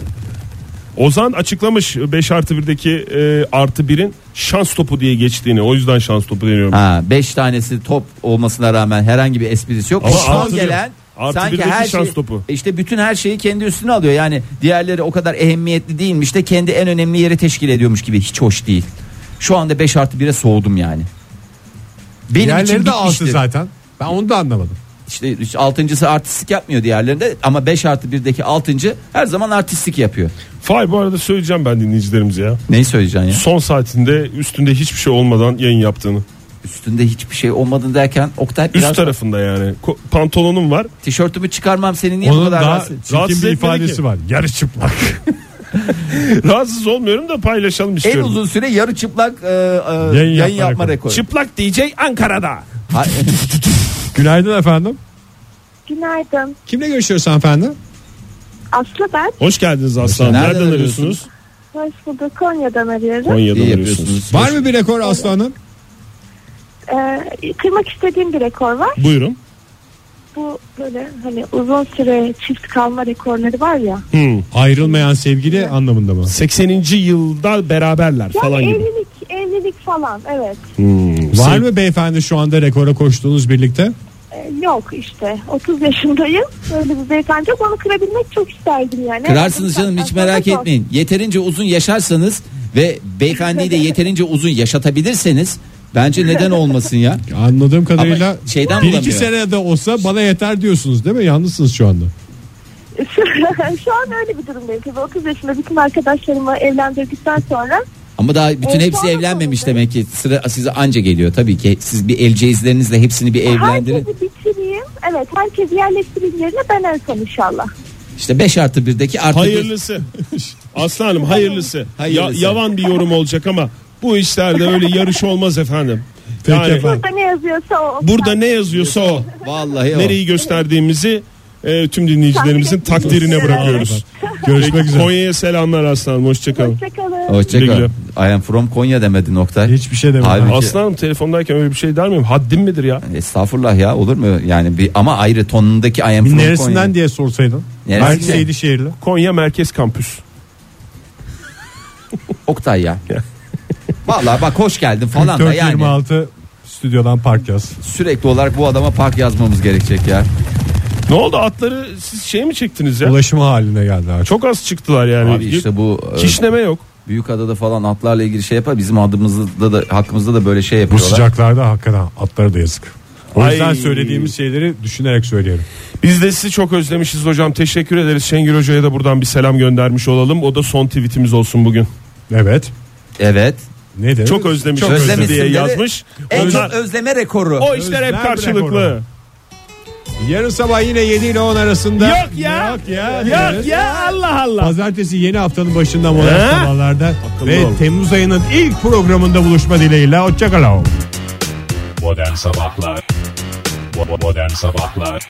S4: Ozan açıklamış 5 artı 1'deki e, artı 1'in şans topu diye geçtiğini. O yüzden şans topu deniyorum.
S3: Ha, beş tanesi top olmasına rağmen herhangi bir esprisi yok.
S4: Ama
S3: Son
S4: artı bir-
S3: gelen
S4: artı
S3: sanki
S4: birdeki
S3: her
S4: şans
S3: şey,
S4: topu.
S3: işte bütün her şeyi kendi üstüne alıyor. Yani diğerleri o kadar ehemmiyetli değilmiş de kendi en önemli yeri teşkil ediyormuş gibi hiç hoş değil. Şu anda 5 artı 1'e soğudum yani. Benim için
S2: Diğerleri de altı
S3: gitmiştir.
S2: zaten. Ben onu da anlamadım.
S3: İşte hiç altıncısı artistik yapmıyor diğerlerinde ama 5 artı 1'deki altıncı her zaman artistik yapıyor.
S4: Fay bu arada söyleyeceğim ben dinleyicilerimize ya.
S3: Neyi söyleyeceksin ya?
S4: Son saatinde üstünde hiçbir şey olmadan yayın yaptığını.
S3: Üstünde hiçbir şey olmadın derken Oktay
S4: Üst
S3: biraz
S4: tarafında yani. Ko- pantolonum var.
S3: tişörtümü çıkarmam seni niye bu
S2: Onun
S3: kadar
S2: daha
S3: rahatsız-
S2: çirkin
S4: Rahatsız
S2: bir
S4: etmedi
S2: ifadesi
S4: ki.
S2: var. Yarı çıplak.
S4: Rahatsız olmuyorum da paylaşalım
S3: En
S4: istiyorum.
S3: uzun süre yarı çıplak e, e, yayın,
S2: yapma
S3: yapma,
S2: rekoru.
S3: rekoru.
S4: Çıplak DJ Ankara'da.
S3: Ha-
S2: Günaydın efendim.
S5: Günaydın.
S2: Kimle görüşüyoruz hanımefendi?
S5: Aslı ben.
S4: Hoş geldiniz Aslan.
S3: Nereden
S4: Nereden,
S3: arıyorsunuz?
S4: arıyorsunuz?
S5: Hoş bulduk. Konya'dan arıyorum.
S4: Konya'dan
S3: İyi
S4: arıyorsunuz.
S3: yapıyorsunuz.
S2: Var mı bir rekor aslanım?
S5: Ee, kırmak istediğim bir rekor var.
S4: Buyurun.
S5: Bu böyle hani uzun süre çift kalma rekorları var ya.
S4: Hmm.
S2: Ayrılmayan sevgili anlamında mı?
S4: 80. yılda beraberler
S5: Yani
S4: falan gibi.
S5: evlilik, evlilik falan evet.
S2: Var mı beyefendi şu anda rekora koştuğunuz birlikte?
S5: Ee, yok işte 30 yaşındayım. Öyle bir beyefendi yok. Onu kırabilmek çok isterdim yani.
S3: Kırarsınız
S5: Herhalde
S3: canım hiç
S5: saatten
S3: merak
S5: sonra
S3: etmeyin. Yeterince uzun yaşarsanız ve beyefendiyi de yeterince uzun yaşatabilirseniz bence neden olmasın ya?
S2: Anladığım kadarıyla
S3: Ama şeyden
S2: bir iki
S3: bulamıyor.
S2: sene de olsa bana yeter diyorsunuz değil mi? Yalnızsınız şu anda.
S5: Şu- Şu an öyle bir durumdayım. Tabii 30 yaşında bütün arkadaşlarımı evlendirdikten sonra
S3: Ama daha bütün
S5: E,
S3: hepsi
S5: sonra
S3: evlenmemiş
S5: sonra.
S3: demek ki sıra size anca geliyor tabii ki. Siz bir elceizlerinizle hepsini bir evlendirin.
S5: herkesi bitireyim. Evet herkesi yerleştireyim yerine ben en son inşallah.
S3: İşte 5 artı 1'deki artı bir-
S4: Hayırlısı. Aslanım hayırlısı.
S3: Hayırlısı.
S4: Ya- yavan bir yorum olacak ama bu işlerde öyle yarış olmaz efendim.
S2: Peki
S4: Yani
S2: efendim.
S5: Burada ne yazıyorsa o.
S4: burada ne yazıyorsa o.
S3: Vallahi o.
S4: Nereyi gösterdiğimizi e, tüm dinleyicilerimizin
S5: Takdir
S4: takdirine
S5: ediyoruz.
S4: bırakıyoruz.
S2: Görüşmek üzere.
S4: Konya'ya selamlar aslanım. Hoşçakalın.
S5: Hoşçakalın.
S3: Hoşçakal.
S4: Güle
S3: I am from Konya demedi nokta.
S2: Hiçbir şey demedim.
S3: Halbuki-
S4: Aslanım telefondayken öyle bir şey der miyim? Haddim midir ya?
S3: Estağfurullah ya olur mu? Yani bir ama ayrı tonundaki I am
S2: Bir
S3: from
S2: neresinden
S3: Konya.
S2: diye sorsaydın.
S3: Neresinden?
S2: Belki Seydişehirli.
S4: Konya Merkez Kampüs.
S3: Oktay ya. Vallahi bak hoş geldin falan da yani
S2: 426 stüdyodan park yaz.
S3: sürekli olarak bu adama park yazmamız gerekecek ya.
S4: Ne oldu atları siz şey mi çektiniz ya?
S2: Ulaşımı haline geldi artık.
S4: Çok az çıktılar yani.
S3: Abi işte bu e,
S4: Kişneme yok.
S3: Büyükada'da falan atlarla ilgili şey yapar. Bizim adımızda da hakkımızda da böyle şey
S2: Bu
S3: yapıyorlar.
S2: sıcaklarda hakikaten atlara da yazık. O
S4: Ay.
S2: yüzden söylediğimiz şeyleri düşünerek söyleyelim.
S4: Biz de sizi çok özlemişiz hocam. Teşekkür ederiz. Şengül Hoca'ya da buradan bir selam göndermiş olalım. O da son tweetimiz olsun bugün.
S2: Evet.
S3: Evet.
S2: Ne dedi?
S4: Çok özlemiş
S3: Çok
S4: bizi
S3: özlemişsin
S4: diye
S3: dedi.
S4: yazmış.
S3: En
S4: Onlar-
S3: çok özleme rekoru.
S4: o işler hep
S2: Özlem
S4: karşılıklı.
S2: rekoru. Yarın sabah yine 7 ile 10 arasında.
S4: Yok ya.
S2: Yok ya.
S4: Yok ya Allah Allah.
S2: Pazartesi yeni haftanın başında modern
S4: He?
S2: sabahlarda
S4: Akıllı
S2: ve
S4: ol.
S2: Temmuz ayının ilk programında buluşma dileğiyle. Hoşçakalın.
S7: Modern Sabahlar Bo- Modern Sabahlar